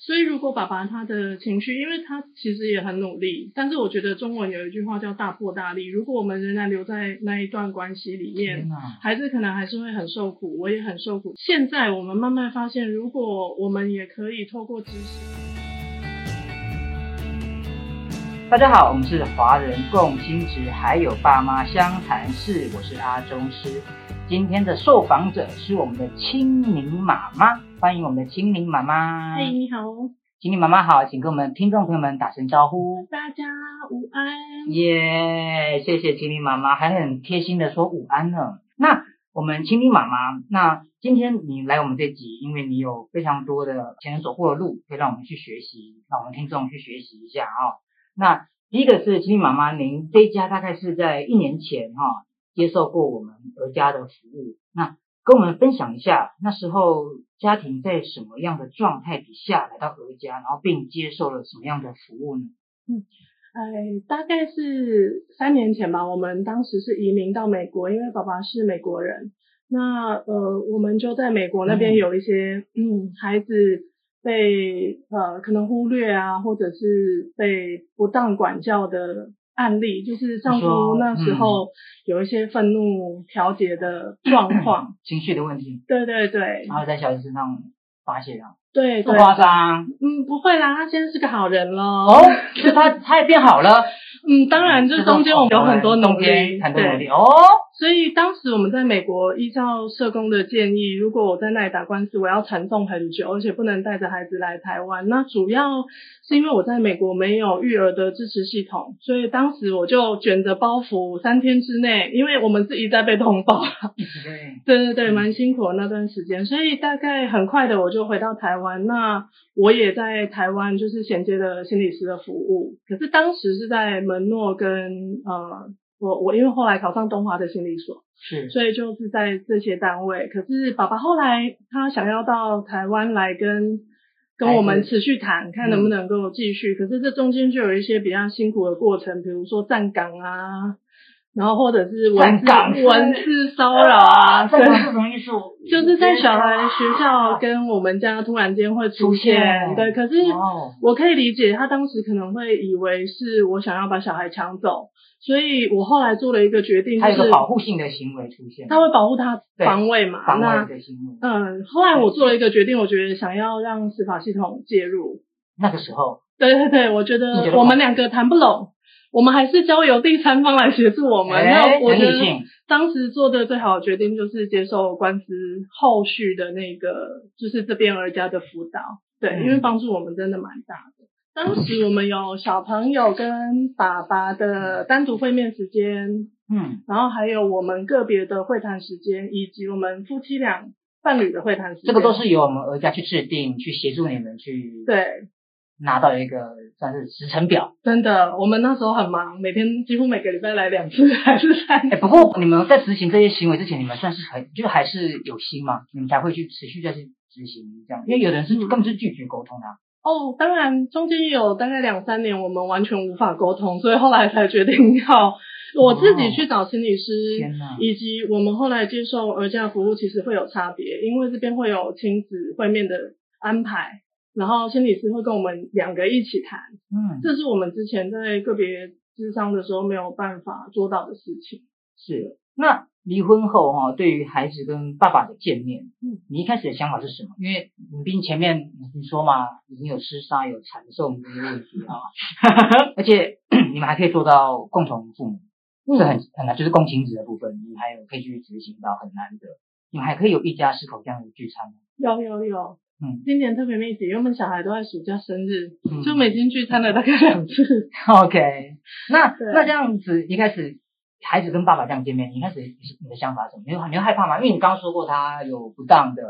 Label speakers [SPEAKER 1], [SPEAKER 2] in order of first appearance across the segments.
[SPEAKER 1] 所以如果爸爸他的情绪，因为他其实也很努力，但是我觉得中文有一句话叫大破大立，如果我们仍然留在那一段关系里面，
[SPEAKER 2] 天哪，
[SPEAKER 1] 孩子可能还是会很受苦，我也很受苦。现在我们慢慢发现，如果我们也可以透过知识，
[SPEAKER 2] 大家好，我们是华人共亲职，还有爸妈相谈室，我是阿中师。今天的受访者是我们的青柠妈妈，欢迎我们的青柠妈妈。
[SPEAKER 1] 哎，你好，
[SPEAKER 2] 青柠妈妈好，请跟我们听众朋友们打声招呼。
[SPEAKER 1] 大家午安。
[SPEAKER 2] 耶、谢谢青柠妈妈，还很贴心的说午安呢。那我们青柠妈妈，那今天你来我们这集，因为你有非常多的前人走过的路，可以让我们去学习，让我们听众去学习一下哦。那第一个是青柠妈妈，您这一家大概是在一年前哈、哦、接受过我们儿家的服务，那跟我们分享一下那时候家庭在什么样的状态底下来到儿家，然后并接受了什么样的服务呢？
[SPEAKER 1] 哎，大概是三年前吧，我们当时是移民到美国，因为爸爸是美国人。那呃，我们就在美国那边
[SPEAKER 2] 嗯
[SPEAKER 1] 有一些嗯孩子被呃可能忽略啊，或者是被不当管教的案例，就是丈
[SPEAKER 2] 你说嗯
[SPEAKER 1] 夫那时候有一些愤怒调节 的状况。
[SPEAKER 2] 情绪的问题，
[SPEAKER 1] 对对对，
[SPEAKER 2] 然后在小孩子身上发泄啊，
[SPEAKER 1] 对
[SPEAKER 2] 这
[SPEAKER 1] 对
[SPEAKER 2] 么，夸张
[SPEAKER 1] 嗯，不会啦，他现在是个好人了。
[SPEAKER 2] 哦，是他他也变好了，
[SPEAKER 1] 嗯，当然，这中间我们有很多努
[SPEAKER 2] 中
[SPEAKER 1] 力，
[SPEAKER 2] 间很多努力哦，
[SPEAKER 1] 所以当时我们在美国，依照社工的建议，如果我在那里打官司，我要缠讼很久，而且不能带着孩子来台湾。那主要是因为我在美国没有育儿的支持系统，所以当时我就卷着包袱，三天之内，因为我们是一再被通报，
[SPEAKER 2] 对，
[SPEAKER 1] 对对对，
[SPEAKER 2] 嗯
[SPEAKER 1] 蛮辛苦的那段时间，所以大概很快的我就回到台湾。那我也在台湾就是衔接了心理师的服务，可是当时是在门诺跟呃，我我因为后来考上东华的心理所，
[SPEAKER 2] 是
[SPEAKER 1] 所以就是在这些单位。可是爸爸后来他想要到台湾来跟跟我
[SPEAKER 2] 孩
[SPEAKER 1] 们
[SPEAKER 2] 子
[SPEAKER 1] 持续谈，看能不能够继续。可是这中间就有一些比较辛苦的过程，比如说站岗啊，然后或者是文
[SPEAKER 2] 站
[SPEAKER 1] 字
[SPEAKER 2] 岗是
[SPEAKER 1] 文字骚扰啊，
[SPEAKER 2] 这
[SPEAKER 1] 对。
[SPEAKER 2] 个是什么意思？我
[SPEAKER 1] 就是在小孩学校跟我们家突然间会出现，
[SPEAKER 2] 出现
[SPEAKER 1] 对，可是
[SPEAKER 2] 哦
[SPEAKER 1] 我可以理解他当时可能会以为是我想要把小孩抢走，所以我后来做了一个决定，就
[SPEAKER 2] 他有一
[SPEAKER 1] 是
[SPEAKER 2] 个保护性的行为出现，
[SPEAKER 1] 他会保护他
[SPEAKER 2] 对
[SPEAKER 1] 防卫嘛，
[SPEAKER 2] 防
[SPEAKER 1] 那
[SPEAKER 2] 卫的行为，
[SPEAKER 1] 嗯，后来我做了一个决定，我觉得想要让司法系统介入，
[SPEAKER 2] 那个时候
[SPEAKER 1] 对对对，我觉
[SPEAKER 2] 你觉
[SPEAKER 1] 得
[SPEAKER 2] 得
[SPEAKER 1] 我
[SPEAKER 2] 吗
[SPEAKER 1] 们两个谈不拢，我们还是交由第三方来协助我们，
[SPEAKER 2] 哎
[SPEAKER 1] 那我
[SPEAKER 2] 很
[SPEAKER 1] 觉
[SPEAKER 2] 理
[SPEAKER 1] 得
[SPEAKER 2] 性，
[SPEAKER 1] 当时做的最好的决定就是接受官司后续的那个，就是这边儿家的辅导，对，
[SPEAKER 2] 嗯
[SPEAKER 1] 因为帮助我们真的蛮大的。当时我们有小朋友跟爸爸的单独会面时间，
[SPEAKER 2] 嗯，
[SPEAKER 1] 然后还有我们个别的会谈时间，以及我们夫妻俩伴侣的会谈时间，
[SPEAKER 2] 这个都是由我们儿家去制定，去协助你们去
[SPEAKER 1] 对，
[SPEAKER 2] 拿到一个算是时程表。
[SPEAKER 1] 真的，我们那时候很忙，每天几乎每个礼拜来两次还是三
[SPEAKER 2] 哎、
[SPEAKER 1] 次。
[SPEAKER 2] 不过你们在执行这些行为之前，你们算是很就还是有心嘛，你们才会去持续再去执行这样，因为有的人是根本是拒绝沟通的啊、
[SPEAKER 1] 哦，当然，中间有大概两三年我们完全无法沟通，所以后来才决定要我自己去找心理师，
[SPEAKER 2] 哦天哪
[SPEAKER 1] 以及我们后来接受儿家服务其实会有差别，因为这边会有亲子会面的安排，然后心理师会跟我们两个一起谈，
[SPEAKER 2] 嗯，
[SPEAKER 1] 这是我们之前在个别智商的时候没有办法做到的事情。
[SPEAKER 2] 是。那离婚后哈、对于孩子跟爸爸的见面，
[SPEAKER 1] 嗯
[SPEAKER 2] 你一开始的想法是什么？因为你毕竟前面你说嘛，已经有厮杀、有缠讼这些问题啊，而且 你们还可以做到共同父母，这很很难，就是共情子的部分，你们还有可以去执行到很难得，你们还可以有一家四口这样的聚餐。
[SPEAKER 1] 有有有，
[SPEAKER 2] 嗯，
[SPEAKER 1] 今年特别密集，因为我们小孩都在暑假生日，
[SPEAKER 2] 嗯
[SPEAKER 1] 就每天聚餐了大概两次。
[SPEAKER 2] OK，那
[SPEAKER 1] 对
[SPEAKER 2] 那这样子一开始孩子跟爸爸这样见面，你一开始你的想法是什么？你会你会害怕吗？因为你刚刚说过他有不当的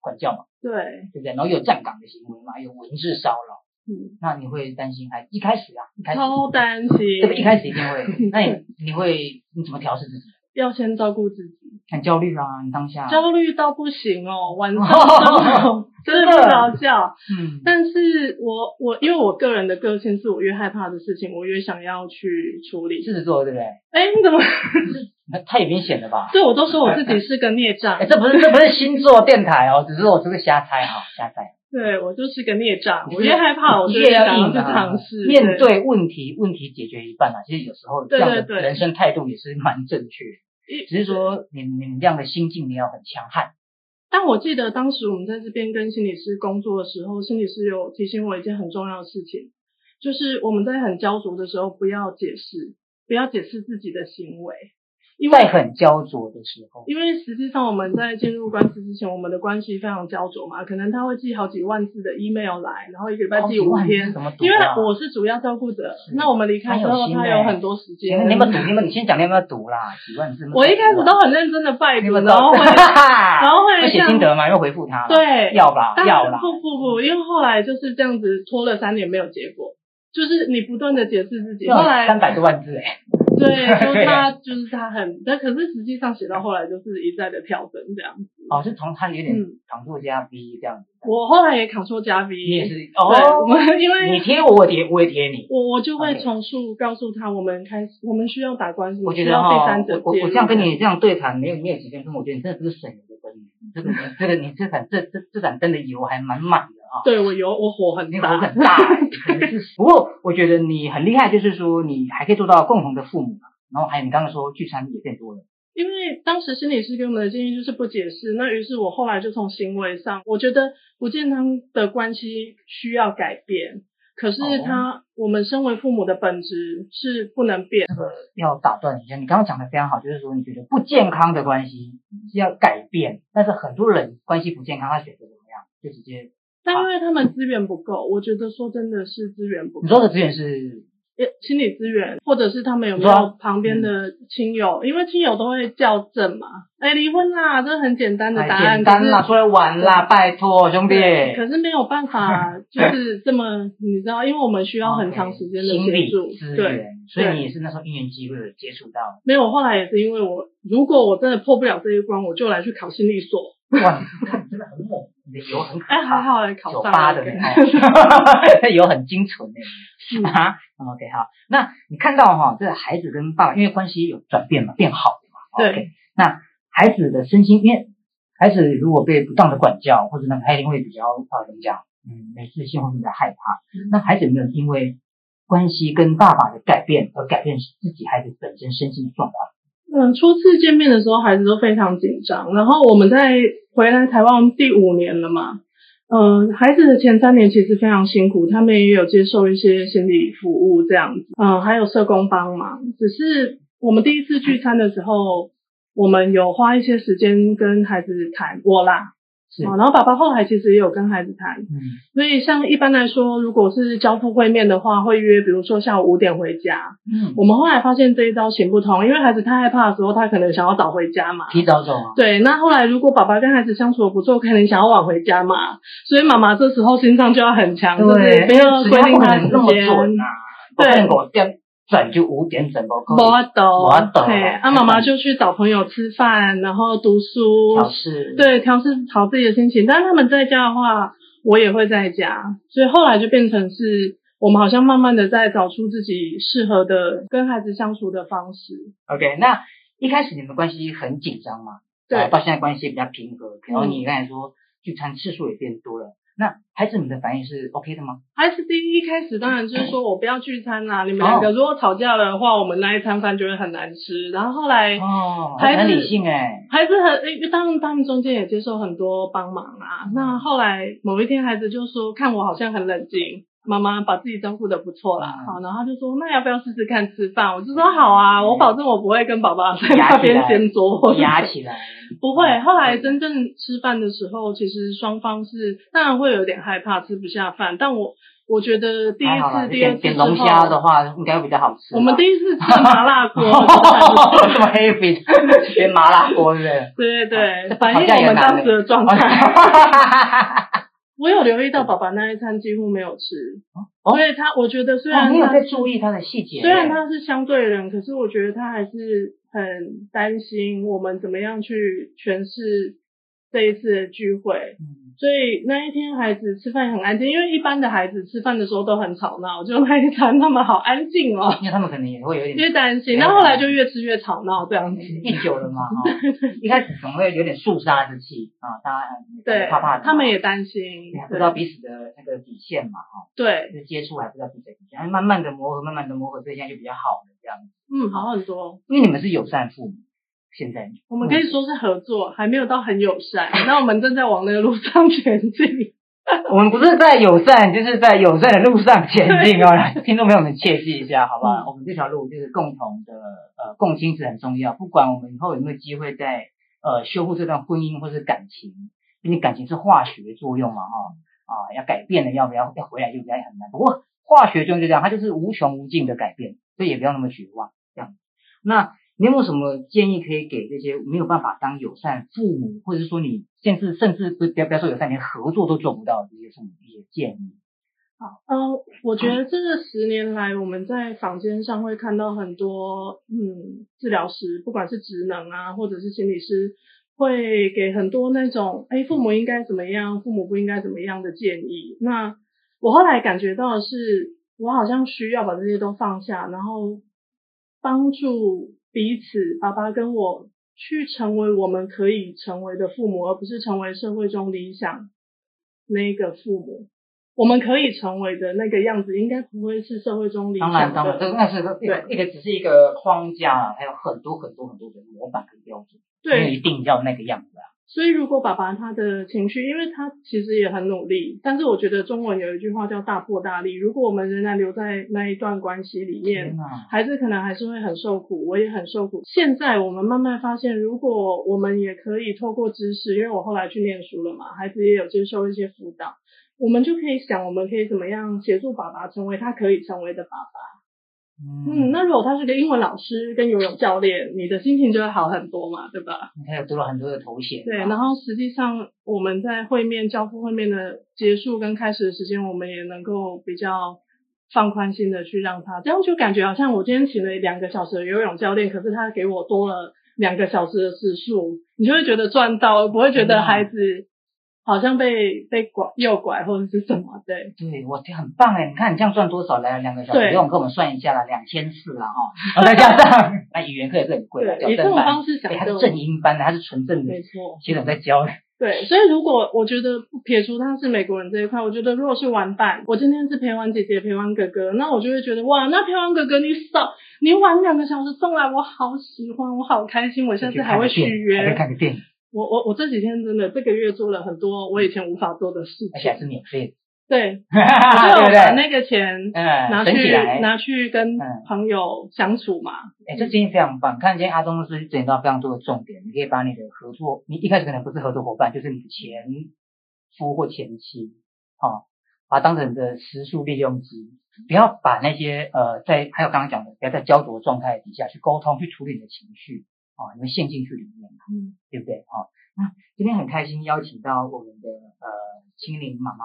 [SPEAKER 2] 管教嘛，
[SPEAKER 1] 对，
[SPEAKER 2] 对不对？然后有站岗的行为嘛，有文字骚扰，
[SPEAKER 1] 嗯。
[SPEAKER 2] 那你会担心孩子一开始啊，一开始
[SPEAKER 1] 超担心，
[SPEAKER 2] 对不对？一开始一定 会，那你你会你怎么调试自己？
[SPEAKER 1] 要先照顾自己，
[SPEAKER 2] 很焦虑啊，你当下
[SPEAKER 1] 焦虑到不行哦，晚上 都真的睡不着觉。
[SPEAKER 2] 嗯
[SPEAKER 1] 但是我我因为我个人的个性是我越害怕的事情，我越想要去处理。
[SPEAKER 2] 狮子座对不对？
[SPEAKER 1] 哎，你怎么？？
[SPEAKER 2] 那太明显了吧
[SPEAKER 1] 对我都说我自己是个孽障
[SPEAKER 2] 哎，，这不是这不是星座电台哦，只是我这个瞎猜哈，瞎猜。
[SPEAKER 1] 对我就是个孽障，
[SPEAKER 2] 你
[SPEAKER 1] 我
[SPEAKER 2] 是
[SPEAKER 1] 越害怕，我就
[SPEAKER 2] 越
[SPEAKER 1] 越
[SPEAKER 2] 要
[SPEAKER 1] 想要
[SPEAKER 2] 硬
[SPEAKER 1] 去尝试
[SPEAKER 2] 面。对问题，问题解决一半啊。其实有时候这
[SPEAKER 1] 对
[SPEAKER 2] 样
[SPEAKER 1] 对
[SPEAKER 2] 的
[SPEAKER 1] 对
[SPEAKER 2] 人生态度也是蛮正确的，
[SPEAKER 1] 一
[SPEAKER 2] 只是说你你们这样的心境你要很强悍。
[SPEAKER 1] 但我记得当时我们在这边跟心理师工作的时候，心理师有提醒我一件很重要的事情，就是我们在很焦灼的时候，不要解释，不要解释自己的行为，因为
[SPEAKER 2] 在很焦灼的时候，
[SPEAKER 1] 因为实际上我们在进入官司之前，我们的关系非常焦灼嘛，可能他会寄好几万字的 email 来，然后一个礼拜
[SPEAKER 2] 好
[SPEAKER 1] 寄
[SPEAKER 2] 几
[SPEAKER 1] 五
[SPEAKER 2] 万字
[SPEAKER 1] 天。
[SPEAKER 2] 怎么读啊？
[SPEAKER 1] 因为我是主要照顾者，
[SPEAKER 2] 是
[SPEAKER 1] 那我们离开之
[SPEAKER 2] 蛮有
[SPEAKER 1] 后，
[SPEAKER 2] 心的
[SPEAKER 1] 他
[SPEAKER 2] 欸
[SPEAKER 1] 有很多时
[SPEAKER 2] 行
[SPEAKER 1] 间。
[SPEAKER 2] 你们读，你们你先讲你有没有读啦？几万字？
[SPEAKER 1] 我一开始都很认真的拜
[SPEAKER 2] 啊你
[SPEAKER 1] 读，
[SPEAKER 2] 们
[SPEAKER 1] 然后会， 然后会
[SPEAKER 2] 会写
[SPEAKER 1] 像
[SPEAKER 2] 心得吗？又回复他了？，
[SPEAKER 1] 对，
[SPEAKER 2] 要吧，
[SPEAKER 1] 当
[SPEAKER 2] 要
[SPEAKER 1] 然
[SPEAKER 2] 啦。
[SPEAKER 1] 不不不，因为后来就是这样子拖了三年没有结果，就是你不断的解释自己，后来
[SPEAKER 2] 啊三百多万字哎，
[SPEAKER 1] 对，就是 他就是他很，但可是实际上写到后来就是一再的调整这样子。
[SPEAKER 2] 哦，是从他有点
[SPEAKER 1] 嗯，
[SPEAKER 2] 扛住加 B 这样子。
[SPEAKER 1] 我后来也 Ctrl 加 V，
[SPEAKER 2] 你也是
[SPEAKER 1] 对，我
[SPEAKER 2] 哦，
[SPEAKER 1] 们因为
[SPEAKER 2] 你贴我，我贴我也贴你。
[SPEAKER 1] 我我就会
[SPEAKER 2] OK
[SPEAKER 1] 重述告诉他，我们开始我们需要打官司，
[SPEAKER 2] 我觉
[SPEAKER 1] 需
[SPEAKER 2] 得
[SPEAKER 1] 要第
[SPEAKER 2] 哈，
[SPEAKER 1] 三者
[SPEAKER 2] 我我
[SPEAKER 1] 介
[SPEAKER 2] 我
[SPEAKER 1] 入
[SPEAKER 2] 这样跟你这样对谈，没有没有几分钟，我觉得你真的是个省油的灯，你这 个你这个你这盏这这这盏灯的油还蛮满的啊。
[SPEAKER 1] 对我有我火很
[SPEAKER 2] 你火
[SPEAKER 1] 大，
[SPEAKER 2] 很 大、欸，可能是不过我觉得你很厉害，就是说你还可以做到共同的父母嘛，然后还有你刚刚说聚餐也变多了，
[SPEAKER 1] 因为当时心理师给我们的建议就是不解释，那于是我后来就从行为上，我觉得不健康的关系需要改变。可是
[SPEAKER 2] 哦
[SPEAKER 1] 他，我们身为父母的本质是不能变。
[SPEAKER 2] 要打断你一下，你刚刚讲的非常好，就是说你觉得不健康的关系是要改变，但是很多人关系不健康，他选择怎么样，就直接
[SPEAKER 1] 但因为他们资源不够，我觉得说真的是资源不
[SPEAKER 2] 你说
[SPEAKER 1] 够，
[SPEAKER 2] 的资源是
[SPEAKER 1] 也心理资源，或者是他们有没
[SPEAKER 2] 你说啊嗯
[SPEAKER 1] 有旁边的亲友，因为亲友都会校正嘛，哎，离婚啦，这很简单的
[SPEAKER 2] 哎
[SPEAKER 1] 答案，
[SPEAKER 2] 简单啦，
[SPEAKER 1] 可是
[SPEAKER 2] 出来玩啦，拜托 兄弟，
[SPEAKER 1] 对可是没有办 法，就是这么，你知道，因为我们需要很长时间的
[SPEAKER 2] OK，心
[SPEAKER 1] 协
[SPEAKER 2] 理
[SPEAKER 1] 助，
[SPEAKER 2] 资
[SPEAKER 1] 对，
[SPEAKER 2] 源，所以你也是那时候因缘机会有接触到，
[SPEAKER 1] 没有。后来也是因为我，如果我真的破不了这一关，我就来去考心理所。
[SPEAKER 2] 哇，你看你真的很猛，你的油很可
[SPEAKER 1] 哎，还
[SPEAKER 2] 怕。
[SPEAKER 1] 好哎，考
[SPEAKER 2] 酒
[SPEAKER 1] 上
[SPEAKER 2] 吧
[SPEAKER 1] 了。
[SPEAKER 2] 的
[SPEAKER 1] 对
[SPEAKER 2] 那种， 有很精纯
[SPEAKER 1] 嗯
[SPEAKER 2] 的。啊，OK 好，那你看到哈、这个孩子跟爸爸因为关系有转变嘛，变好了嘛。
[SPEAKER 1] 对
[SPEAKER 2] OK，那孩子的身心，因为孩子如果被不当的管教，或者那个他一定会比较啊怎么讲，嗯，没自信或者比较害怕。
[SPEAKER 1] 嗯
[SPEAKER 2] 那孩子有没有因为关系跟爸爸的改变而改变自己孩子本身身心的状况？
[SPEAKER 1] 嗯，初次见面的时候，孩子都非常紧张。然后我们在回来台湾第五年了嘛，嗯，孩子的前三年其实非常辛苦，他们也有接受一些心理服务这样子，嗯，还有社工帮忙。只是我们第一次聚餐的时候，我们有花一些时间跟孩子谈我啦，
[SPEAKER 2] 是，
[SPEAKER 1] 哦，然后爸爸后来其实也有跟孩子谈，
[SPEAKER 2] 嗯，
[SPEAKER 1] 所以像一般来说，如果是交付会面的话，会约比如说下午五点回家，
[SPEAKER 2] 嗯，
[SPEAKER 1] 我们后来发现这一招行不通，因为孩子太害怕的时候，他可能想要早回家嘛。
[SPEAKER 2] 提早走啊，
[SPEAKER 1] 对，那后来如果爸爸跟孩子相处的不错，可能想要晚回家嘛，所以妈妈这时候心脏就要很强，啊就是不要
[SPEAKER 2] 时
[SPEAKER 1] 规
[SPEAKER 2] 间
[SPEAKER 1] 定
[SPEAKER 2] 不
[SPEAKER 1] 他
[SPEAKER 2] 能
[SPEAKER 1] 时
[SPEAKER 2] 那么
[SPEAKER 1] 间，
[SPEAKER 2] 准啊，不能我点转就五点整个
[SPEAKER 1] 不懂，
[SPEAKER 2] 没办法
[SPEAKER 1] 嘿，啊，妈妈就去找朋友吃饭，然后读书，
[SPEAKER 2] 小事，，
[SPEAKER 1] 对，调试好自己的心情。但是他们在家的话，我也会在家，所以后来就变成是我们好像慢慢的在找出自己适合的跟孩子相处的方式。
[SPEAKER 2] OK，那一开始你们关系很紧张嘛，
[SPEAKER 1] 对
[SPEAKER 2] 啊，到现在关系比较平和，然后
[SPEAKER 1] 嗯
[SPEAKER 2] 你刚才说聚餐次数也变多了，那孩子们的反应是 OK 的吗？
[SPEAKER 1] 还是第一开始当然就是说我不要聚餐啦，你们两
[SPEAKER 2] 哦
[SPEAKER 1] 个如果吵架了的话，我们那一餐饭就会很难吃。然后后来
[SPEAKER 2] 哦，
[SPEAKER 1] 孩子
[SPEAKER 2] 很理性哎，
[SPEAKER 1] 孩子很，因为当然他们中间也接受很多帮忙啊。那后来某一天孩子就说，看我好像很冷静。妈妈把自己照顾的不错啦，
[SPEAKER 2] 嗯
[SPEAKER 1] 好，然后他就说那要不要试试看吃饭？我就说好啊，我保证我不会跟爸爸在那边掀桌，或者
[SPEAKER 2] 压起来，
[SPEAKER 1] 不会，后来真正吃饭的时候，其实双方是当然会有点害怕吃不下饭，但我我觉得 第一
[SPEAKER 2] 还好啦
[SPEAKER 1] 次、第二
[SPEAKER 2] 点
[SPEAKER 1] 次之
[SPEAKER 2] 点龙虾的
[SPEAKER 1] 后，
[SPEAKER 2] 话应该会比较好吃
[SPEAKER 1] 我
[SPEAKER 2] 吧。
[SPEAKER 1] 们第一次吃麻辣锅，
[SPEAKER 2] 这么 happy，点 麻辣锅对 不
[SPEAKER 1] 对
[SPEAKER 2] 对？
[SPEAKER 1] 对对，
[SPEAKER 2] 好
[SPEAKER 1] 反映
[SPEAKER 2] 像
[SPEAKER 1] 我
[SPEAKER 2] 也
[SPEAKER 1] 们
[SPEAKER 2] 难
[SPEAKER 1] 当时的状态。
[SPEAKER 2] 哦，
[SPEAKER 1] 我有留意到爸爸那一餐几乎没有吃，
[SPEAKER 2] 哦
[SPEAKER 1] 所以他我觉得虽然
[SPEAKER 2] 你有
[SPEAKER 1] 他
[SPEAKER 2] 在注意他的细节耶，
[SPEAKER 1] 虽然他是相啊对啊人，可是我觉得他还是很担心我们怎么样去诠释这一次的聚会，
[SPEAKER 2] 嗯，
[SPEAKER 1] 所以那一天孩子吃饭也很安静，因为一般的孩子吃饭的时候都很吵闹，就那一餐他们好安静哦，
[SPEAKER 2] 因为他们可能也会
[SPEAKER 1] 有
[SPEAKER 2] 有点
[SPEAKER 1] 点担心。那后来就越吃越吵闹这样子，
[SPEAKER 2] 念久 了嘛，哈、一开始总会有点肃杀之气啊，大家嗯
[SPEAKER 1] 对
[SPEAKER 2] 怕怕，的嘛，
[SPEAKER 1] 他们也担心
[SPEAKER 2] 你，还不知道彼此的那个底线嘛，哈、
[SPEAKER 1] 对，
[SPEAKER 2] 就是接触还不知道彼此的底线，然后慢慢的磨合，慢慢的磨合，所以现在就比较好了这样子。
[SPEAKER 1] 嗯，好很多。
[SPEAKER 2] 因为你们是友善父母，现在
[SPEAKER 1] 我们可以说是合作，还没有到很友善，那我们正在往那个路上前进。
[SPEAKER 2] 我们不是在友善，就是在友善的路上前进哦。 听众朋友们切记一下，好不好？
[SPEAKER 1] 嗯
[SPEAKER 2] 我们这条路就是共同的，呃，共青是很重要。不管我们以后有没有机会再呃修复这段婚姻或是感情，毕竟感情是化学作用嘛，哈、啊，要改变了，要不要要回来就比较很难。不过化学作用就这样，它就是无穷无尽的改变，所以也不要那么绝望。这样，那你有没有什么建议可以给这些没有办法当友善父母，或者是说你甚至甚至不不要不要说友善，连合作都做不到的这些父母一些建议？
[SPEAKER 1] 嗯，我觉得这十年来，我们在坊间上会看到很多，嗯，治疗师，不管是职能啊，或者是心理师，会给很多那种，哎，父母应该怎么样，父母不应该怎么样的建议。那我后来感觉到的是，我好像需要把这些都放下，然后帮助彼此，爸爸跟我去成为我们可以成为的父母，而不是成为社会中理想那个父母。我们可以成为的那个样子，应该不会是社会中理
[SPEAKER 2] 当然，
[SPEAKER 1] 想
[SPEAKER 2] 当然，这
[SPEAKER 1] 的。
[SPEAKER 2] 个那是个一个
[SPEAKER 1] 对
[SPEAKER 2] 一个只是一个框架啊，还有很多很多很多的模板跟标准，没有
[SPEAKER 1] 对
[SPEAKER 2] 一，定要那个样子啊。
[SPEAKER 1] 所以如果爸爸他的情绪，因为他其实也很努力，但是我觉得中文有一句话叫大破大立。如果我们仍然留在那一段关系里面，
[SPEAKER 2] 天哪，
[SPEAKER 1] 孩子可能还是会很受苦，我也很受苦。现在我们慢慢发现，如果我们也可以透过知识，因为我后来去念书了嘛，孩子也有接受一些辅导，我们就可以想，我们可以怎么样协助爸爸成为他可以成为的爸爸。嗯，那如果他是个英文老师跟游泳教练，你的心情就会好很多嘛，对吧？
[SPEAKER 2] 你看有多了很多的头衔啊，
[SPEAKER 1] 对，然后实际上我们在会面交付会面的结束跟开始的时间，我们也能够比较放宽心的去让他，这样就感觉好像我今天请了两个小时的游泳教练，可是他给我多了两个小时的时数，你就会觉得赚到，不会觉得孩子好像被被拐诱拐或者是什么，对，
[SPEAKER 2] 对，我这很棒哎！你看你这样赚多少来？两个小时，
[SPEAKER 1] 对
[SPEAKER 2] 不用跟我们算一下啦，两千四啦哈，然后再加上 那语言课也是很贵的，
[SPEAKER 1] 对，
[SPEAKER 2] 矫
[SPEAKER 1] 以这
[SPEAKER 2] 正
[SPEAKER 1] 种
[SPEAKER 2] 班，
[SPEAKER 1] 方式想
[SPEAKER 2] 对，它
[SPEAKER 1] 哎就是
[SPEAKER 2] 正音班的，它是纯正的
[SPEAKER 1] 没，错。
[SPEAKER 2] 其实我在教的，
[SPEAKER 1] 对，所以如果我觉得撇除他是美国人这一块，我觉得如果是玩伴，我今天是陪玩姐姐陪玩哥哥，那我就会觉得哇，那陪玩哥哥你少你玩两个小时送来，我好喜欢，我好开心，我下次还会续
[SPEAKER 2] 还在
[SPEAKER 1] 约。
[SPEAKER 2] 看个电影，
[SPEAKER 1] 我我我这几天真的这个月做了很多我以前无法做的事
[SPEAKER 2] 而
[SPEAKER 1] 情，
[SPEAKER 2] 且还是免费
[SPEAKER 1] 对，
[SPEAKER 2] 的，
[SPEAKER 1] 我
[SPEAKER 2] 啊 对
[SPEAKER 1] 就
[SPEAKER 2] 不
[SPEAKER 1] 把
[SPEAKER 2] 对？
[SPEAKER 1] 那个钱拿
[SPEAKER 2] 嗯，省
[SPEAKER 1] 去
[SPEAKER 2] 起来，
[SPEAKER 1] 拿去跟
[SPEAKER 2] 嗯
[SPEAKER 1] 朋友相处嘛，
[SPEAKER 2] 哎，这建议非常棒。看今天阿东是整到非常多的重点，你可以把你的合作，你一开始可能不是合作伙伴，就是你的前夫或前妻，哦，把它当成你的时速利用机，不要把那些呃，在还有刚刚讲的，不要在焦灼状态底下去沟通，去处理你的情绪，哦，你会陷进去里面，
[SPEAKER 1] 嗯，
[SPEAKER 2] 对不对？哦，那今天很开心邀请到我们的呃青林妈妈，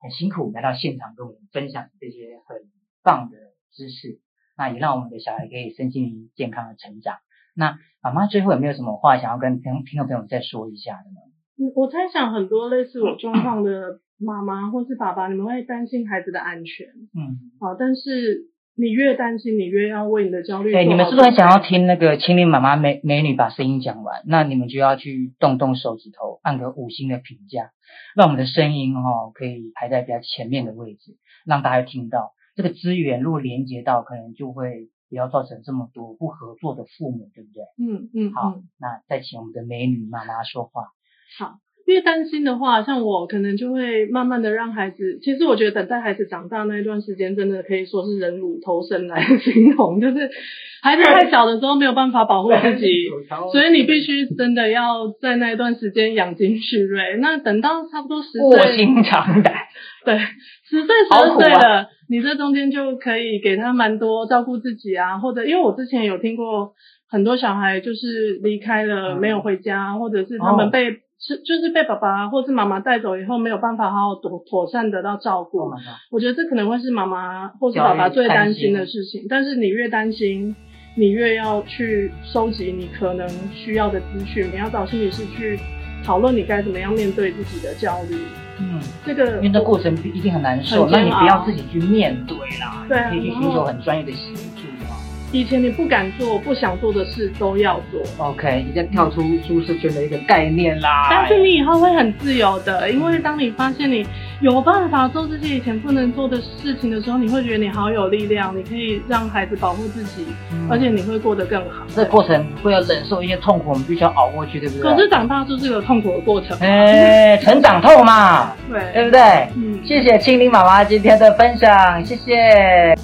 [SPEAKER 2] 很辛苦来到现场跟我们分享这些很棒的知识，那也让我们的小孩可以身心健康的成长。那妈妈最后有没有什么话想要跟听听众朋友们再说一下的呢？
[SPEAKER 1] 嗯我猜想很多类似我状况的妈妈或是爸爸，你们会担心孩子的安全。
[SPEAKER 2] 嗯，
[SPEAKER 1] 好，但是你越担心，你越要为你的焦虑。
[SPEAKER 2] 对，你们是不是很想要？听那个青林妈妈美美女把声音讲完？那你们就要去动动手指头，按个五星的评价，让我们的声音哦可以排在比较前面的位置，让大家听到这个资源。如果连接到，可能就会不要造成这么多不合作的父母，对不对？
[SPEAKER 1] 嗯嗯，
[SPEAKER 2] 好
[SPEAKER 1] 嗯，
[SPEAKER 2] 那再请我们的美女妈妈说话。
[SPEAKER 1] 好。越担心的话，像我可能就会慢慢的让孩子，其实我觉得等待孩子长大那一段时间，真的可以说是忍辱偷生来 形容，就是孩子太小的时候 没有办法保护自己，所以你必须真的要在那一段时间养精蓄锐。那等到差不多十
[SPEAKER 2] 卧
[SPEAKER 1] 岁，
[SPEAKER 2] 薪尝胆。
[SPEAKER 1] 对，十岁、十
[SPEAKER 2] 好
[SPEAKER 1] 二
[SPEAKER 2] 苦啊
[SPEAKER 1] 岁了，你这中间就可以给他蛮多照顾自己啊，或者因为我之前有听过很多小孩就是离开了
[SPEAKER 2] 嗯
[SPEAKER 1] 没有回家，或者是他们
[SPEAKER 2] 哦
[SPEAKER 1] 被、是就是被爸爸或是妈妈带走以后没有办法好好妥妥善得到照顾。
[SPEAKER 2] Oh my god
[SPEAKER 1] 我觉得这可能会是妈妈或是
[SPEAKER 2] 教育
[SPEAKER 1] 爸爸最担
[SPEAKER 2] 担
[SPEAKER 1] 心
[SPEAKER 2] 心
[SPEAKER 1] 的事情，但是你越担心，你越要去收集你可能需要的资讯，你要找心理师去讨论你该怎么样面对自己的焦虑。
[SPEAKER 2] 嗯，
[SPEAKER 1] 这个
[SPEAKER 2] 因为这过程一定很难受，
[SPEAKER 1] 很
[SPEAKER 2] 那
[SPEAKER 1] 煎
[SPEAKER 2] 你不
[SPEAKER 1] 熬
[SPEAKER 2] 要自己去面对啦，
[SPEAKER 1] 对啊
[SPEAKER 2] 你可以去
[SPEAKER 1] 然
[SPEAKER 2] 寻求
[SPEAKER 1] 后
[SPEAKER 2] 很专业的协助啊。
[SPEAKER 1] 以前你不敢做、不想做的事都要做，
[SPEAKER 2] OK，你再跳出舒适圈的一个概念啦。
[SPEAKER 1] 但是你以后会很自由的，因
[SPEAKER 2] 嗯
[SPEAKER 1] 为当你发现你有办法做这些以前不能做的事情的时候，你会觉得你好有力量，你可以让孩子保护自己，
[SPEAKER 2] 嗯
[SPEAKER 1] 而且你会过得更好。
[SPEAKER 2] 这个过程会要忍受一些痛苦，我们必须要熬过去，对不对？啊
[SPEAKER 1] 可是长大就是个痛苦的过程，
[SPEAKER 2] 哎，成长痛嘛，对
[SPEAKER 1] 对，
[SPEAKER 2] 不对？
[SPEAKER 1] 嗯。
[SPEAKER 2] 谢谢青柠妈妈今天的分享，谢谢。